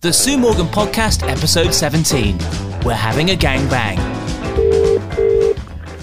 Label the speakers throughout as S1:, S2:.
S1: The Sue Morgan Podcast, Episode 17. We're having a gangbang.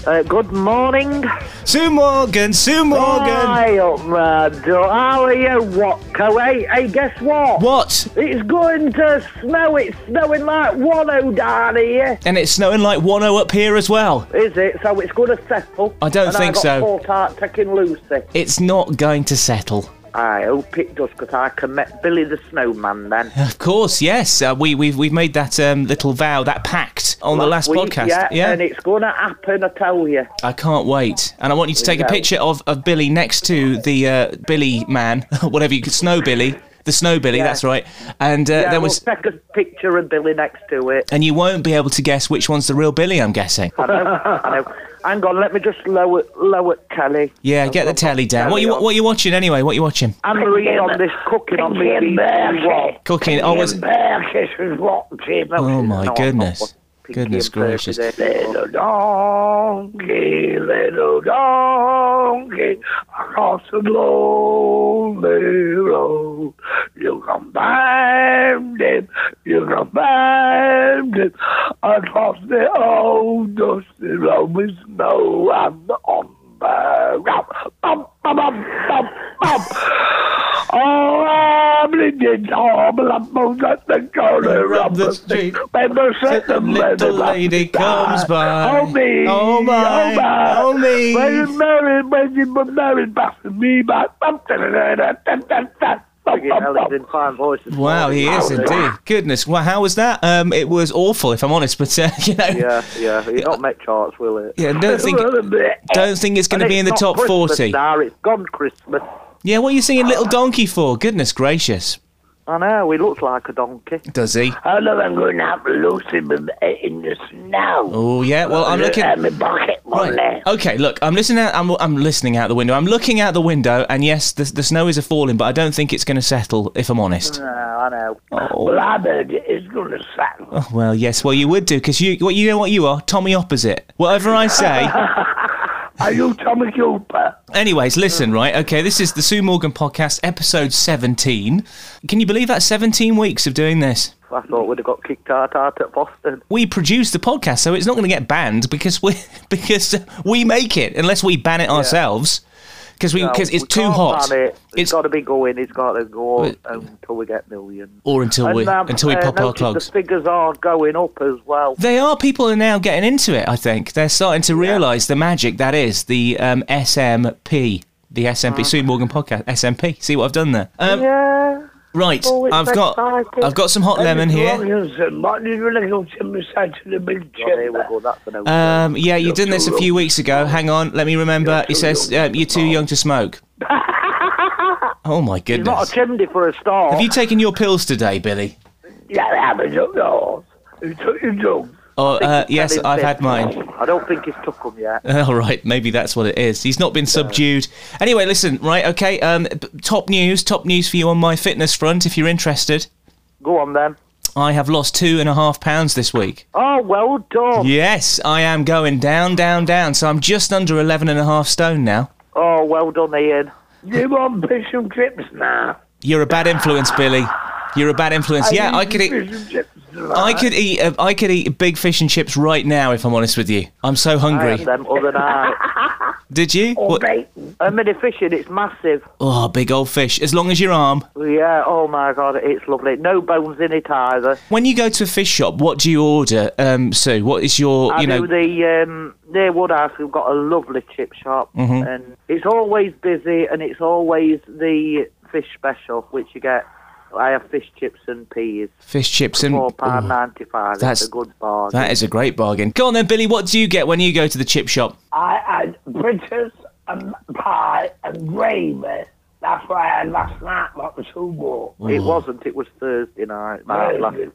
S2: Uh, good morning.
S3: Sue Morgan, Sue Morgan.
S2: Hi, up, Murdo. How are you, Watco? Hey, hey, guess what?
S3: What?
S2: It's going to snow. It's snowing like Wallow down here.
S3: And it's snowing like 10 up here as well.
S2: Is it? So it's going to settle.
S3: I don't
S2: and
S3: think
S2: I got
S3: so.
S2: Port Arctic and Lucy.
S3: It's not going to settle.
S2: I hope it does, 'cause I can met Billy the Snowman then.
S3: Of course, yes. Uh, we, we've, we've made that um, little vow, that pact on the last
S2: week,
S3: podcast. Uh,
S2: Yeah, and it's going to happen, I tell you.
S3: I can't wait. And I want you to take a
S2: go.
S3: picture of, of Billy next to the uh, Billy man, whatever you could, Snow Billy. The Snow Billy,
S2: Yeah.
S3: that's right. And uh,
S2: Yeah,
S3: there
S2: we'll
S3: was.
S2: take a picture of Billy next to it.
S3: And you won't be able to guess which one's the real Billy, I'm guessing.
S2: I know, I know. Hang on, let me just lower, lower telly.
S3: Yeah, get the telly down. What you what you watching anyway? What you watching?
S2: Anne-Marie on this cooking on me.
S4: Pinky and Bertie.
S2: What?
S3: Cooking. Oh, was it?
S4: Berkis was watching them.
S3: Oh my
S2: No,
S3: goodness.
S2: Pinky
S3: Goodness
S2: and Bertie
S3: gracious.
S2: there.
S4: Little donkey, little donkey, across the lonely road. You can find him, you can find him, across the old dusty road with snow and on the ground. Bum, bum, bum, bum, bum. Oh, I'm bleeding, oh, I'm lump, at the corner
S3: Up
S4: of
S3: the
S4: the
S3: street.
S4: street. When the
S3: Let the
S4: second
S3: little lady comes by.
S4: Oh me,
S3: Oh my, oh me.
S4: When you married, when you were married, back to me, back. Bum, da, da, da, da, da, da, da. Bum,
S2: Fucking
S4: bum,
S2: hell,
S4: bum.
S2: he's in fine voices.
S3: Wow, he is indeed. Goodness. Well, how was that? Um, it was awful, if I'm honest. But uh, you know, yeah,
S2: Yeah, yeah. He's not met charts, will it?
S3: don't think don't think it's going to be in the top forty.
S2: Now it's gone Christmas.
S3: Yeah, what are you singing "Little Donkey" for? Goodness gracious,
S2: I know. He looks like a donkey.
S3: does he?
S4: I know I'm going to have Lucy with- in the snow.
S3: Oh yeah. Well, I'm looking.
S4: at my bucket money.
S3: Right. Okay, look, I'm listening. Out, I'm, I'm listening out the window. I'm looking out the window, and yes, the, the snow is a falling, but I don't think it's going to settle. If I'm honest.
S2: No, I know.
S4: Well, I heard it is going to sound.
S3: Oh, well, yes. Well, you would do because you. Well, you know what you are, Tommy opposite. Whatever I say.
S4: Are you Tommy Cooper?
S3: Anyways, listen, right? Okay, this is the Sue Morgan podcast, episode 17. Can you believe that? 17 weeks of doing this.
S2: I thought we'd have got kicked out, out at Boston.
S3: We produce the podcast, so it's not going to get banned because we because we make it, unless we ban it ourselves. Because we
S2: No,
S3: because it's
S2: we
S3: too
S2: can't
S3: hot,
S2: ban it. it's
S3: It's-
S2: got to be going. It's got to go
S3: But-
S2: until we get millions.
S3: or until we
S2: And, um,
S3: until we
S2: uh,
S3: pop our
S2: notice
S3: clogs.
S2: The figures are going up as well.
S3: They are. People are now getting into it. I think they're starting to realise the magic that is the um, SMP, the SMP Sue Morgan podcast SMP. See what I've done there? Um,
S4: Ah. Yeah.
S3: Right,
S4: Oh, it's
S3: I've got
S4: exciting.
S3: I've got some hot lemon here.
S4: What did you go to the side to the big
S2: Oh, here
S4: chip?
S2: we go. That's an
S3: Um, yeah, you
S4: You're
S3: did this
S4: too
S3: a few weeks ago. Hang on, let me remember.
S4: You're
S3: He
S4: too
S3: says
S4: young
S3: uh, you're too young to smoke. Oh my
S2: He's not
S3: goodness!
S2: a chimney for a start.
S3: Have you taken your pills today, Billy?
S4: Yeah, that was up yours. You took your drugs.
S3: Oh, uh, yes,
S2: Having
S3: I've
S2: been-
S3: had mine.
S2: I don't think he's took them yet.
S3: All right, maybe that's what it is. He's not been subdued. Anyway, listen, right, okay. Um, b- top news, top news for you on my fitness front. If you're interested,
S2: Go on then.
S3: I have lost two and a half pounds this week.
S2: Oh, well done.
S3: Yes, I am going down, down, down. So I'm just under 11 and a half stone now.
S2: Oh, well done, Ian.
S4: You want fish and chips now?
S3: You're a bad influence, Billy. You're a bad influence. yeah, I could eat.
S4: Fish and chips tonight.
S3: I could eat. Uh, I could eat big fish and chips right now if I'm honest with you. I'm so
S2: I
S3: hungry.
S2: had them other night.
S3: Did you?
S4: Or
S3: What-
S4: bacon.
S2: A mini fishing, it's massive.
S3: Oh, big old fish. As long as your arm.
S2: Yeah, oh my God, it's lovely. No bones in it either.
S3: When you go to a fish shop, what do you order, um, Sue? What is your?
S2: I
S3: you know.
S2: do the, um, near Woodhouse, we've got a lovely chip shop.
S3: Mm-hmm.
S2: And it's always busy and it's always the fish special, which you get. I have fish chips and peas.
S3: Fish chips and
S2: £4.95.
S3: Ooh,
S2: ninety five.
S3: that's-
S2: It's a good bargain.
S3: that is a great bargain. Go on then, Billy. What do you get when you go to the chip shop?
S4: I had fritters and pie and gravy. That's what I had last night, not the two more.
S2: It wasn't. It was Thursday night, mate,
S4: Right,
S2: last
S4: right,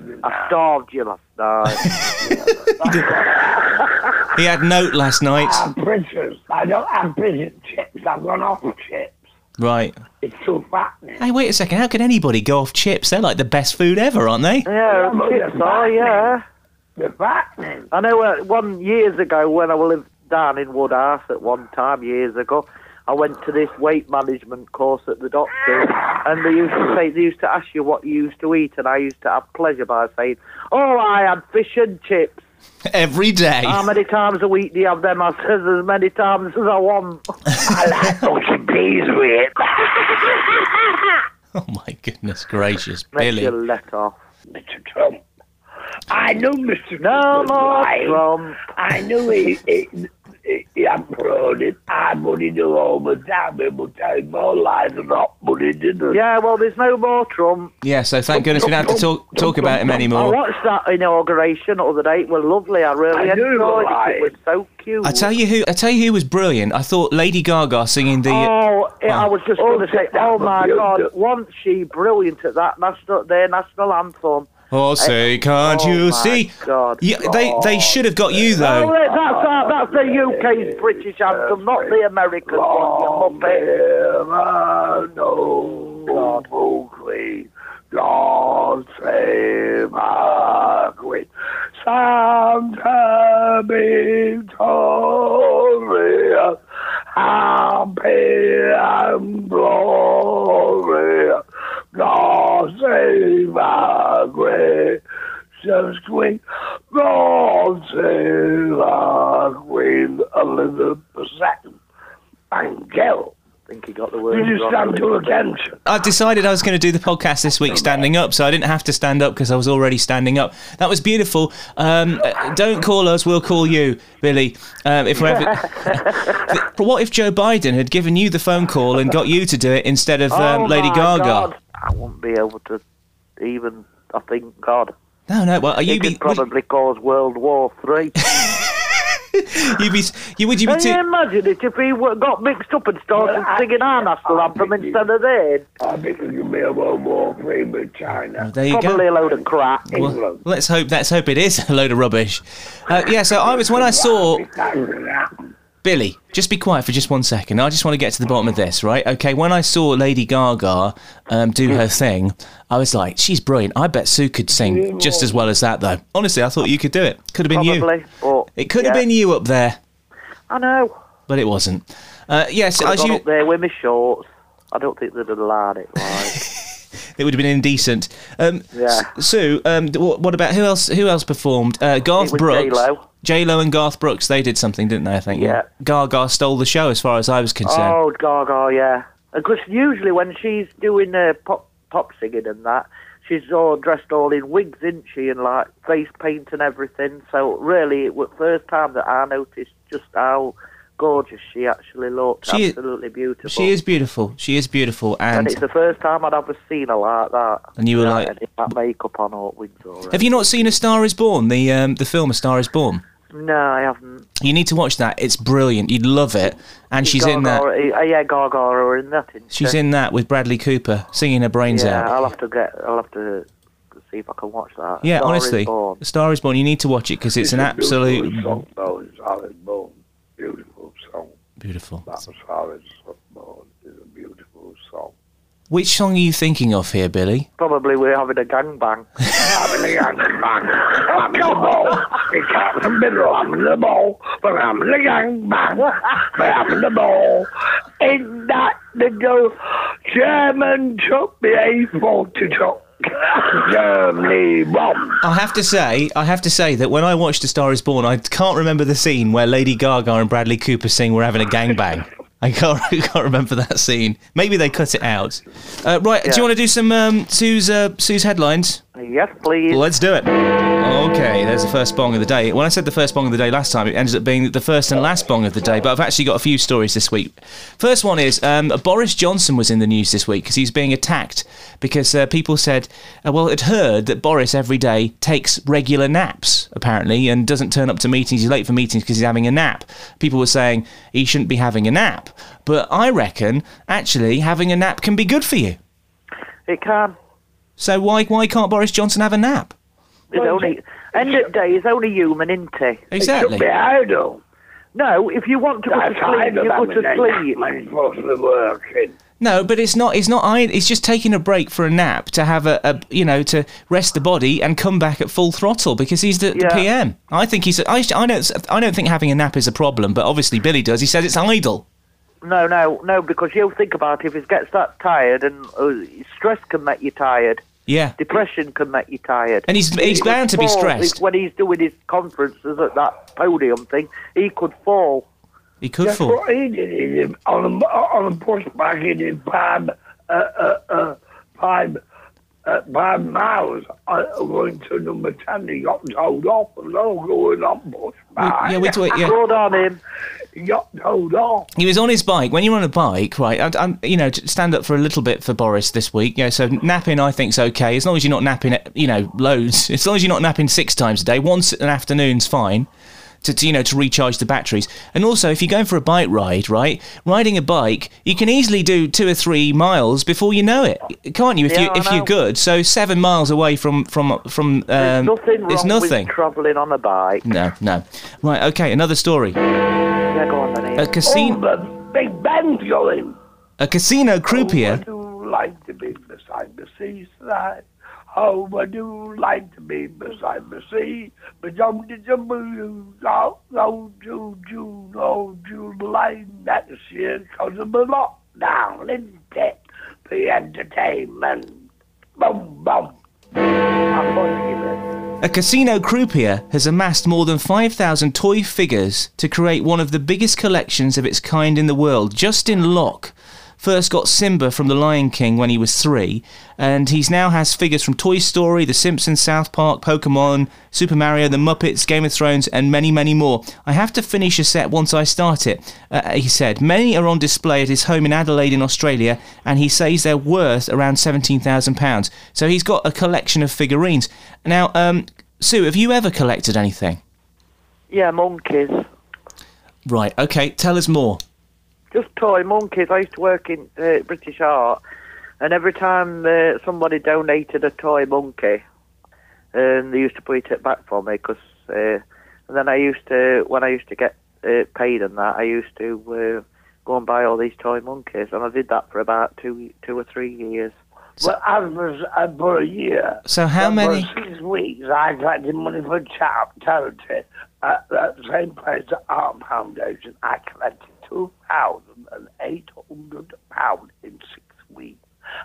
S2: night.
S4: right.
S2: I starved you last night.
S3: He had note last night.
S4: I
S2: Um,
S4: had fritters. I don't have prison chips. I've gone off chips.
S3: Right.
S4: It's too fattening.
S3: Hey, wait a second. How can anybody go off chips? They're like the best food ever, aren't they?
S2: yeah,
S4: but you're
S2: chips are, yeah.
S4: The fattening.
S2: I know uh, one years ago when I lived down in Woodhouse at one time, years ago, I went to this weight management course at the doctor's, and they used to say they used to ask you what you used to eat, and I used to have pleasure by saying, "Oh, I had fish and chips."
S3: Every day.
S2: How many times a week do you have them? I says as many times as I want.
S4: I like fucking peas with it.
S3: oh my goodness gracious,
S2: Make
S3: Billy.
S2: you let off.
S4: Mr. Trump. I knew Mr.
S2: No
S4: Trump was
S2: more
S4: lying.
S2: Trump.
S4: I knew he, he, he, he uploaded. I but he knew all the time he would tell more lies than not, but he didn't.
S2: Yeah, well, there's no more Trump.
S3: Yeah, so thank goodness we don't have to talk talk about him
S2: I
S3: anymore.
S2: watched that inauguration the other day. It was lovely. I really
S4: I do
S2: enjoyed it.
S4: like
S2: It was so cute.
S3: I tell you who I tell you who was brilliant. I thought Lady Gaga singing the
S2: Oh, I- I
S3: Wow.
S2: was just
S4: Oh,
S2: going to say,
S4: that
S2: oh
S4: was
S2: my
S4: beautiful.
S2: God, wasn't she brilliant at that national their national anthem?
S3: Oh, say, can't
S2: oh
S3: you
S2: my
S3: see?
S2: God.
S3: Yeah, they they should have got you
S2: Oh,
S3: though.
S2: that- that's uh, that's the UK's British anthem, not the American one.
S4: Long
S2: You muppet.
S4: live no queen. God save our queen. Santa Victoria, happy and glorious. God save our gracious queen. God save our queen Elizabeth II. And Gil,
S2: I think he got the
S4: you
S2: word
S4: just stand to attention.
S3: I've decided I was going to do the podcast this
S2: Oh,
S3: week standing up, so I didn't have to stand up because I was already standing up. That was beautiful. Um, uh, don't call us, we'll call you, Billy. Um, if we're ever... But what if Joe Biden had given you the phone call and got you to do it instead of um,
S2: Oh,
S3: Lady
S2: my
S3: Gaga?
S2: God. I wouldn't be able to even. I think God,
S3: No, no. Well, are
S2: he
S3: you be,
S2: could
S3: would,
S2: probably cause World War Three.
S3: you be, you, would you be
S2: Can you
S3: too?
S2: imagine it if he w- got mixed up and started
S4: Well, I-
S2: singing our national
S4: I
S2: anthem
S4: think he-
S2: instead of theirs?
S4: I think it could be a World War Three with China.
S3: There you
S2: Probably
S3: go.
S2: a load of crap.
S3: Well, let's hope. Let's hope it is a load of rubbish. Uh, yeah. So I was when I saw Billy, just be quiet for just one second. I just want to get to the bottom of this, right? Okay, when I saw Lady Gaga um, do
S2: Mm.
S3: her thing, I was like, she's brilliant. I bet Sue could sing just as well as that, though. Honestly, I thought you could do it. Could have been
S2: Probably.
S3: you.
S2: But,
S3: It could have
S2: yeah.
S3: been you up there,
S2: I know.
S3: but it wasn't. Uh, yes,
S2: I
S3: as
S2: got
S3: you,
S2: up there with my shorts. I don't think they'd have allowed it. Right.
S3: it would have been indecent. Um,
S2: Yeah.
S3: S- Sue, um, d- wh- what about who else? Who else performed? Uh, Garth
S2: It was
S3: Brooks,
S2: J-Lo.
S3: J-Lo and Garth Brooks. They did something, didn't they? I think.
S2: Yeah.
S3: Gaga stole the show, as far as I was concerned.
S2: oh, Gaga, yeah. Because usually when she's doing uh, pop pop singing and that, she's all dressed all in wigs, isn't she, and like face paint and everything. So really, it was the first time that I noticed just how gorgeous she actually looked.
S3: She-
S2: Absolutely beautiful.
S3: She is beautiful. She is beautiful,
S2: And
S3: and
S2: it's the first time I'd ever seen her like that.
S3: And you were
S2: Yeah,
S3: like-
S2: and that makeup on or wigs or.
S3: Have you not seen A Star Is Born? The um, the film A Star Is Born.
S2: No, I haven't.
S3: You need to watch that. It's brilliant. You'd love it. And she's in that.
S2: Gaga- uh, yeah, Gaga or in that. isn't
S3: She's
S2: she?
S3: in that with Bradley Cooper singing her brains
S2: Yeah,
S3: out.
S2: I'll have to get. I'll have to see if I can watch that.
S3: Yeah,
S2: Star is
S3: honestly,
S2: Born.
S3: A Star Is Born. You need to watch it because it's an absolute
S4: song, though. It's Solid Bone. Beautiful song.
S3: beautiful.
S4: That Solid Bone is a beautiful song.
S3: Which song are you thinking of here, Billy?
S2: Probably we're having a gangbang.
S4: I'm the young man. I'm the ball. It's out the middle. I'm the ball. But I'm the young man. But I'm the ball. Ain't that the go? German took the A4 to talk. Germany bomb.
S3: I have to say, I have to say that when I watched A Star Is Born, I can't remember the scene where Lady Gaga and Bradley Cooper sing "We're having a gangbang." I can't, I can't remember that scene. Maybe they cut it out. Uh, right, do
S2: Yeah.
S3: you want to do some um, Sue's uh, Sue's headlines?
S2: yes, please.
S3: Let's do it. Okay, there's the first bong of the day. When I said the first bong of the day last time, it ended up being the first and last bong of the day, but I've actually got a few stories this week. First one is um, Boris Johnson was in the news this week because he's being attacked because uh, people said, uh, well, it heard that Boris every day takes regular naps, apparently, and doesn't turn up to meetings. He's late for meetings because he's having a nap. People were saying he shouldn't be having a nap. But I reckon, actually, having a nap can be good for you.
S2: It can.
S3: So why, why can't Boris Johnson have a nap?
S2: It's only end of the day. It's only human, isn't he?
S3: Exactly.
S4: The idol.
S2: No, if you want to go to
S4: That's
S2: sleep,
S4: idol.
S2: you go to sleep.
S4: Man's supposed to work in.
S3: No, but it's not. It's not. I. It's just taking a break for a nap to have a, a you know, to rest the body and come back at full throttle because he's the, the
S2: Yeah.
S3: PM. I think he's. I, I don't. I don't think having a nap is a problem, but obviously Billy does. He says it's idle.
S2: No, no, no, because you'll think about it, if it gets that tired, and uh, stress can make you tired.
S3: Yeah.
S2: Depression can make you tired.
S3: And he's- he's
S2: could
S3: bound to be
S2: fall
S3: stressed.
S2: When he's doing his conferences at that podium thing, he could fall.
S3: He could
S4: That's
S3: fall.
S4: what he did. He did on a on a pushback. He did five uh, uh, uh, five uh, five miles uh, going to number ten. He got told off for not going on pushback.
S3: Yeah, we do it. Yeah.
S2: Good on him.
S4: He got told off.
S3: He was on his bike. When you're on a bike, right? And, and you know, to stand up for a little bit for Boris this week. Yeah, so napping, I think's okay as long as you're not napping, you know, loads. As long as you're not napping six times a day, once an afternoon's fine. To, to you know, to recharge the batteries, and also if you're going for a bike ride, right? Riding a bike, you can easily do two or three miles before you know it, can't you? If
S2: Yeah,
S3: you
S2: I
S3: if you're
S2: know.
S3: good, so seven miles away from from from um,
S2: There's nothing wrong
S3: there's nothing.
S2: with travelling on a bike.
S3: no, no. Right, okay. Another story.
S2: Yeah, go on then. Ian.
S3: A
S4: Oh,
S3: casino,
S4: the Big Ben's going.
S3: a casino croupier.
S4: Oh, I do like to be beside the seaside. Oh, I do like to be beside the sea. But I'm the blue, oh, oh, June, June, oh, July next year, 'cause of the lockdown, isn't it? The entertainment. Boom, boom. I'm going to give it.
S3: A casino croupier has amassed more than 5,000 toy figures to create one of the biggest collections of its kind in the world. Justin Locke first got Simba from The Lion King when he was three, and he's now has figures from Toy Story, The Simpsons, South Park, Pokemon, Super Mario, The Muppets, Game of Thrones, and many, many more. I have to finish a set once I start it, uh, he said. Many are on display at his home in Adelaide in Australia, and he says they're worth around £17,000. So he's got a collection of figurines. Now, um, Sue, have you ever collected anything?
S2: Yeah, monkeys.
S3: Right, okay, tell us more.
S2: Just toy monkeys. I used to work in uh, British Art, and every time uh, somebody donated a toy monkey, um, they used to put it back for me. Cause, uh, and then I used to, when I used to get uh, paid and that, I used to uh, go and buy all these toy monkeys, and I did that for about two, two or three years.
S4: Well, I was uh, for a year.
S3: So how
S4: But
S3: many-
S4: For six weeks, I collected money for char- charity at that same place, the Art Foundation. I collected two thousand and eight hundred pounds in six weeks.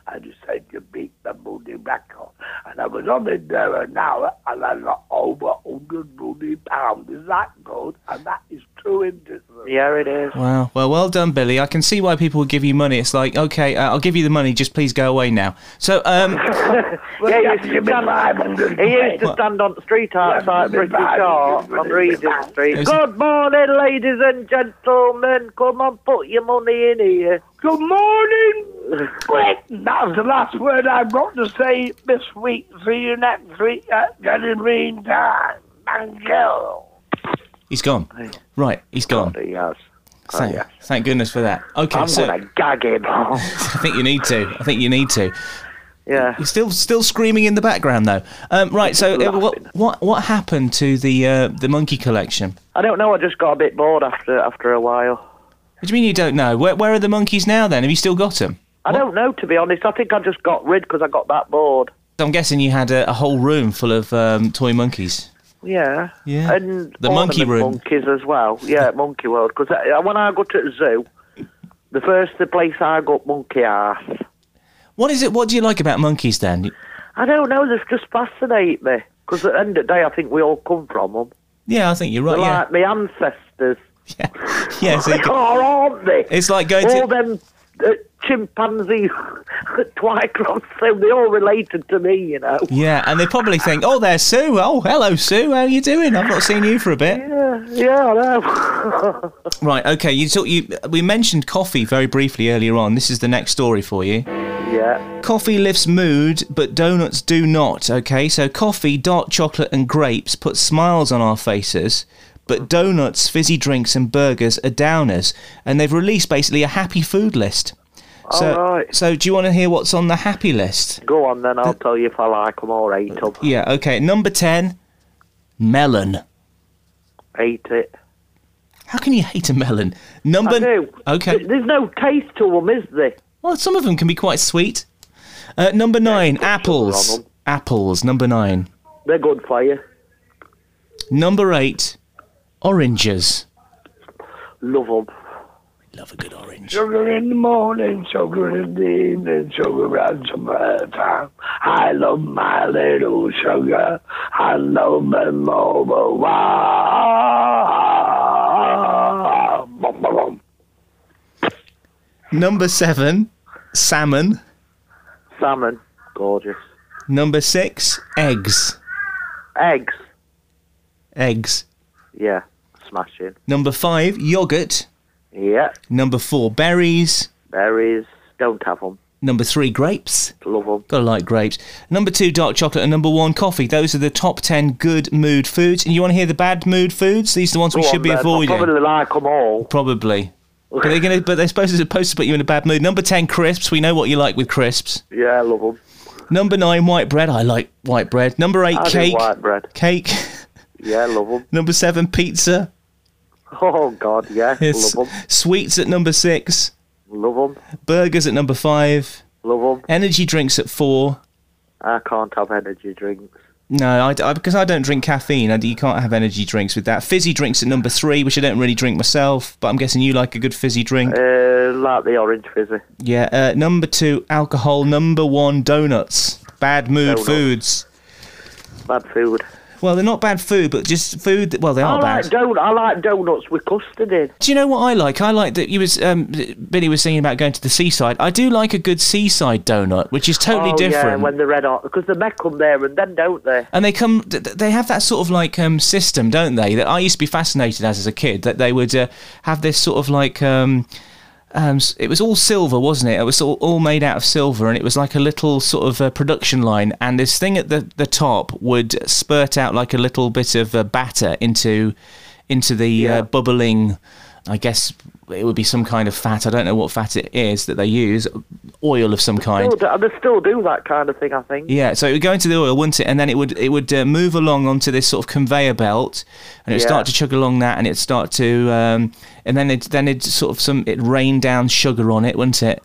S4: I decided to beat the money record, and I was only there an hour, and I got over hundred bloody pounds. Is that good? And that is true in this.
S2: Yeah, it is.
S3: Wow. Well, well done, Billy. I can see why people would give you money. It's like, okay, uh, I'll give you the money, just please go away now. So, um,
S2: Yeah,
S4: yeah,
S2: you should
S4: give me
S2: stand-
S4: five hundred.
S2: He used to stand on the street outside British Art on Regent Street. Good morning, ladies and gentlemen. Come on, put your money in here.
S4: Good morning, Britain. That was the last word I've got to say this week. See you next week
S2: uh,
S4: at Jelly Bean Time. Thank you.
S3: he's gone. Right, he's gone.
S2: Yes.
S3: Thank, thank goodness for that. Okay,
S2: I'm
S3: so
S2: going to gag him.
S3: I think you need to. I think you need to.
S2: yeah.
S3: He's still still screaming in the background though. Um, right, so uh, what what what happened to the uh, the monkey collection?
S2: I don't know. I just got a bit bored after after a while.
S3: What do you mean you don't know? Where where are the monkeys now? Then have you still got them?
S2: I don't know, to be honest. I think I just got rid because I got that bored.
S3: I'm guessing you had a, a whole room full of um, toy monkeys.
S2: Yeah.
S3: Yeah.
S2: And
S3: The monkey
S2: ornament
S3: room.
S2: Monkeys as well. Yeah, Monkey World. Because when I go to the zoo, the first the place I got monkey ass.
S3: What is it? What do you like about monkeys then?
S2: I don't know. They just fascinate me. Because at the end of the day, I think we all come from them.
S3: Yeah, I think you're right.
S2: They're
S3: Yeah,
S2: like my ancestors.
S3: yeah. yeah so
S2: They
S3: you can-
S2: are, aren't they?
S3: it's like going
S2: all
S3: to.
S2: them uh, chimpanzee twycrops, so they're all related to me, you know.
S3: Yeah, and they probably think, "Oh, there's Sue. Oh, hello, Sue. How are you doing? I've not seen you for a bit."
S2: Yeah, yeah, I know.
S3: Right. Okay. You talk. You we mentioned coffee very briefly earlier on. This is the next story for you.
S2: yeah.
S3: Coffee lifts mood, but donuts do not. Okay, so coffee, dark chocolate, and grapes put smiles on our faces, but donuts, fizzy drinks, and burgers are downers. And they've released basically a happy food list. So,
S2: Alright.
S3: so do you want to hear what's on the happy list?
S2: Go on then, I'll tell you if I like 'em or hate 'em.
S3: Yeah. Okay. Number ten, melon.
S2: Hate it.
S3: How can you hate a melon?
S2: I
S3: Number.
S2: do.
S3: Okay.
S2: Th- There's no taste to 'em, is there?
S3: Well, some of them can be quite sweet. Uh, number nine,
S2: sugar on
S3: apples.
S2: 'em.
S3: Apples. Number nine.
S2: They're good for you.
S3: Number eight, oranges.
S2: Love 'em.
S1: Love a good orange.
S4: Sugar in the morning, sugar in the evening, sugar at summertime. I love my little sugar. I love my mama. Wow. Bum, bum, bum.
S3: Number seven, salmon.
S2: Salmon, gorgeous.
S3: Number six, eggs.
S2: Eggs,
S3: Eggs.
S2: yeah, smashing.
S3: Number five, yogurt.
S2: Yeah,
S3: Number four, berries.
S2: berries, don't have them,
S3: Number three, grapes.
S2: love them.
S3: Gotta like grapes. Number two, dark chocolate, and number one, coffee. Those are the top ten good mood foods. And you want to hear the bad mood foods? These are the ones we should be avoiding.
S2: Probably like them all.
S3: Probably. But they're gonna. But they're supposed to supposed to put you in a bad mood. Number ten, crisps. We know what you like with crisps.
S2: Yeah, love them.
S3: Number nine, white bread. I like white bread. Number eight,
S2: I do
S3: cake.
S2: white bread.
S3: Cake.
S2: Yeah, love them.
S3: Number seven, pizza.
S2: Oh God, yeah,
S3: Yes.
S2: love them,
S3: Sweets at number six.
S2: love them,
S3: Burgers at number five.
S2: love them.
S3: Energy drinks at four.
S2: I can't have energy drinks.
S3: No, I, I- because I don't drink caffeine. I, you can't have energy drinks with that. Fizzy drinks at number three, which I don't really drink myself, but I'm guessing you like a good fizzy drink.
S2: Uh, like the orange fizzy.
S3: Yeah. Uh, number two, alcohol. Number one, donuts. Bad mood
S2: Donuts.
S3: foods.
S2: Bad food.
S3: Well, they're not bad food, but just food. That, well, they
S2: I
S3: are bad.
S2: like don- I like donuts with custard in.
S3: Do you know what I like? I like that you was um, Billy was singing about going to the seaside. I do like a good seaside donut, which is totally
S2: oh yeah,
S3: different.
S2: when they're red hot because they make them there and then don't they?
S3: and they come, th- th- they have that sort of like um, system, don't they? That I used to be fascinated as as a kid. That they would uh, have this sort of like. Um, um, s- it was all silver, wasn't it? It was all, all made out of silver, and it was like a little sort of uh, production line. And this thing at the, the top would spurt out like a little bit of uh, batter into into the
S2: Yeah.
S3: uh, bubbling. I guess it would be some kind of fat. I don't know what fat it is that they use, oil of some kind.
S2: Still do- they still do that kind of thing, I think.
S3: Yeah, so it would go into the oil, wouldn't it? And then it would it would uh, move along onto this sort of conveyor belt, and it would
S2: Yeah.
S3: start to chug along that, and it'd start to, um, and then it then it sort of some it rain down sugar on it, wouldn't it?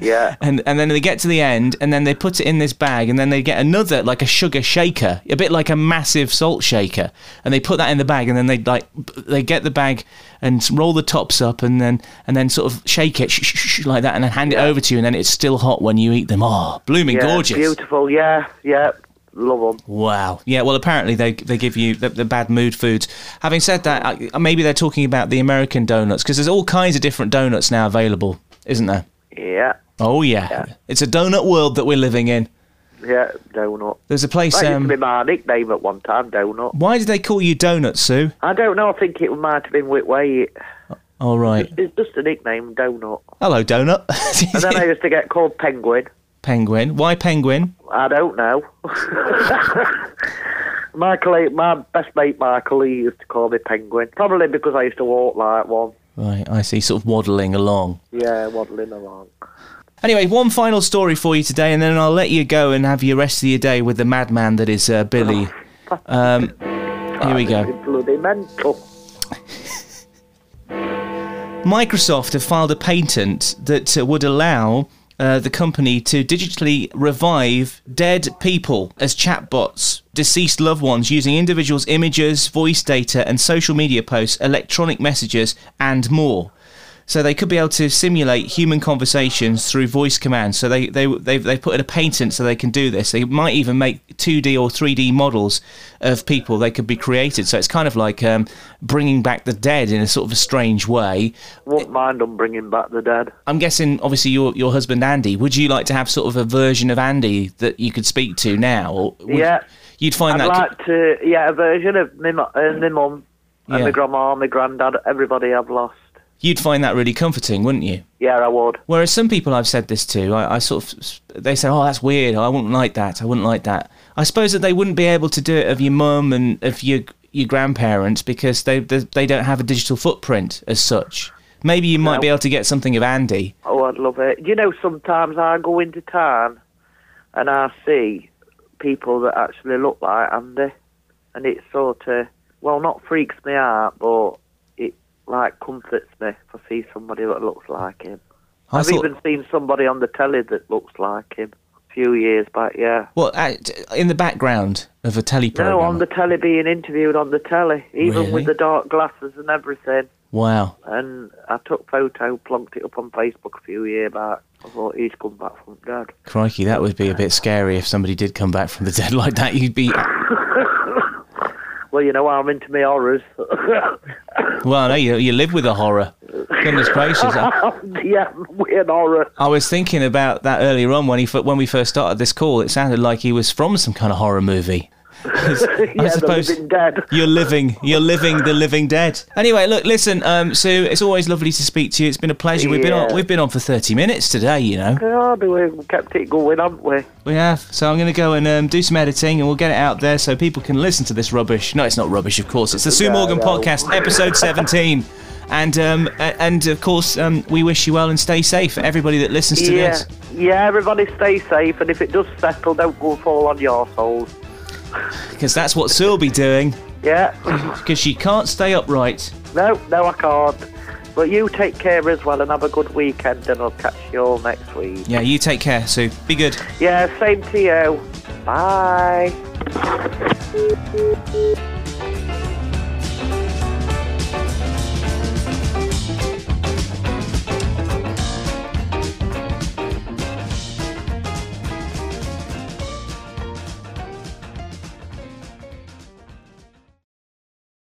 S2: Yeah.
S3: and and then they get to the end, and then they put it in this bag, and then they get another like a sugar shaker, a bit like a massive salt shaker, and they put that in the bag, and then they like they get the bag and roll the tops up, and then and then sort of shake it sh- sh- sh- like that, and then hand it over to you, and then it's still hot when you eat them. Oh, blooming
S2: Yeah,
S3: gorgeous!
S2: Beautiful. Yeah, yeah. Love them.
S3: Wow. Yeah. Well, apparently they they give you the, the bad mood foods. Having said that, I, maybe they're talking about the American donuts because there's all kinds of different donuts now available, isn't there?
S2: Yeah,
S3: Oh yeah.
S2: Yeah.
S3: It's a donut world that we're living in.
S2: yeah. Donut.
S3: There's a place.
S2: That
S3: Um,
S2: used to be my nickname at one time. Donut.
S3: why did they call you Donut, Sue?
S2: I don't know. I think it might have been Whitway. It-
S3: All right.
S2: It's just a nickname, Donut.
S3: Hello, Donut.
S2: And then I used to get called Penguin.
S3: penguin. Why penguin?
S2: I don't know. Michael, my best mate Michael, he used to call me Penguin. Probably because I used to walk like one.
S3: Right. I see. Sort of waddling along.
S2: Yeah, waddling along.
S3: Anyway, one final story for you today, and then I'll let you go and have your rest of your day with the madman that is uh, Billy. Um, here we go.
S2: Bloody mental.
S3: Microsoft have filed a patent that uh, would allow uh, the company to digitally revive dead people as chatbots, deceased loved ones, using individuals' images, voice data, and social media posts, electronic messages, and more. So they could be able to simulate human conversations through voice commands. So they they they've, they've put in a patent so they can do this. They might even make 2D or 3D models of people. They could be created. So it's kind of like um, bringing back the dead in a sort of a strange way.
S2: Wouldn't mind them bringing back the dead.
S3: I'm guessing, obviously, your your husband Andy. Would you like to have sort of a version of Andy that you could speak to now? Or would-
S2: Yeah.
S3: You'd find
S2: I'd
S3: that.
S2: like to, yeah, a version of my, mu- uh, my mum and
S3: Yeah.
S2: my grandma, my granddad, everybody I've lost.
S3: You'd find that really comforting, wouldn't you?
S2: Yeah, I would.
S3: Whereas some people I've said this to, I, I sort of they say, "Oh, that's weird. I wouldn't like that. I wouldn't like that." I suppose that they wouldn't be able to do it of your mum and of your your grandparents because they they, they don't have a digital footprint as such. Maybe you might
S2: No.
S3: be able to get something of Andy.
S2: Oh, I'd love it. You know, sometimes I go into town and I see people that actually look like Andy, and it sort of, well, not freaks me out, but it like comforts me if I see somebody that looks like him.
S3: I
S2: I've
S3: thought-
S2: even seen somebody on the telly that looks like him a few years back, yeah.
S3: Well, at, uh, in the background of a telly program.
S2: No, on the telly, being interviewed on the telly, even
S3: Really?
S2: with the dark glasses and everything.
S3: wow.
S2: And I took photo, plunked it up on Facebook a few years back. I thought he's come back from dead.
S3: Crikey, that would be a bit scary if somebody did come back from the dead like that. You'd be
S2: Well, you know, I'm into my horrors.
S3: well. No, you you live with a horror. Goodness gracious! I,
S2: yeah, weird horror.
S3: I was thinking about that earlier on when he fir- when we first started this call. It sounded like he was from some kind of horror movie.
S2: yeah, the living dead.
S3: You're living, you're living the living dead. Anyway, look, listen, um, Sue, it's always lovely to speak to you. It's been a pleasure. We've been on,
S2: Yeah.
S3: we've been on for thirty minutes today, you know.
S2: God, we kept it going, haven't we?
S3: We have. So I'm going to go and um, do some editing, and we'll get it out there so people can listen to this rubbish. No, it's not rubbish, of course. It's the Sue
S2: No,
S3: Morgan
S2: no.
S3: podcast, episode 17. And um, a- and of course, um, we wish you well and stay safe. Everybody that listens to
S2: yeah.
S3: this.
S2: Yeah, everybody stay safe, and if it does settle, don't go fall on your souls.
S3: because that's what Sue will be doing
S2: Yeah.
S3: because she can't stay upright.
S2: no, no, I can't. But you take care as well and have a good weekend, and I'll catch you all next week.
S3: Yeah, you take care, Sue. Be good.
S2: Yeah, same to you. Bye.